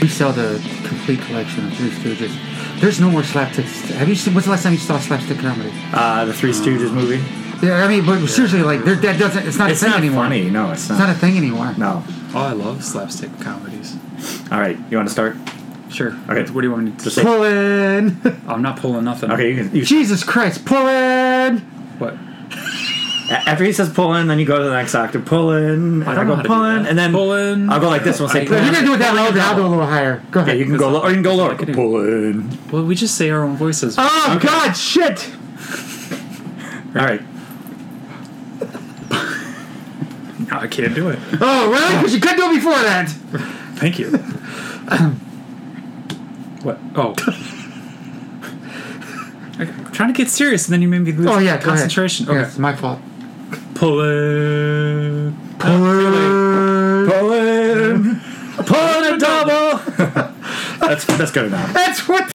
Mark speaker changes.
Speaker 1: We sell the complete collection of Three Stooges. There's no more slapstick. Have you seen? What's the last time you saw slapstick comedy?
Speaker 2: Uh, the Three Stooges movie.
Speaker 1: Yeah, I mean, but seriously, like there- that doesn't. It's not
Speaker 2: It's
Speaker 1: a thing
Speaker 2: not
Speaker 1: anymore.
Speaker 2: funny. No, it's
Speaker 1: It's not
Speaker 2: not.
Speaker 1: a thing anymore.
Speaker 2: no.
Speaker 3: Oh, I love slapstick comedies.
Speaker 2: All right, you want to start?
Speaker 3: Sure.
Speaker 2: Okay.
Speaker 3: What do you want me to
Speaker 2: Just
Speaker 3: say?
Speaker 1: Pull in.
Speaker 3: I'm not pulling nothing.
Speaker 2: Okay, you can. You,
Speaker 1: Jesus Christ, pull in.
Speaker 3: What?
Speaker 2: after he says pull in, then you go to the next octave. Pull in.
Speaker 3: I
Speaker 2: I,
Speaker 3: don't
Speaker 2: I
Speaker 3: know
Speaker 2: go
Speaker 3: how to
Speaker 2: pull
Speaker 3: do
Speaker 2: in,
Speaker 3: that.
Speaker 2: and then
Speaker 3: Pull in.
Speaker 2: I'll go like this. One say
Speaker 3: I-
Speaker 2: pull
Speaker 1: If
Speaker 2: in.
Speaker 1: you're gonna do it that
Speaker 3: Pull
Speaker 1: low,
Speaker 3: in.
Speaker 1: then I'll do it a little higher. Go
Speaker 2: Yeah,
Speaker 1: ahead.
Speaker 2: you can go low, or you can go lower.
Speaker 3: I can do-
Speaker 2: Pull in.
Speaker 3: Well, we just say our own voices.
Speaker 1: Oh God, shit.
Speaker 2: All right.
Speaker 3: No, I can't do it.
Speaker 1: Oh really? Because you couldn't do it before that.
Speaker 3: Thank you. what? Oh. I'm trying to get serious, and then you made me lose
Speaker 1: Oh yeah, go ahead.
Speaker 3: concentration.
Speaker 1: Yeah,
Speaker 3: Okay.
Speaker 1: it's my fault.
Speaker 3: Pull in.
Speaker 1: Pull in.
Speaker 2: Pull in. Pull in a double. that's that's good enough.
Speaker 1: That's what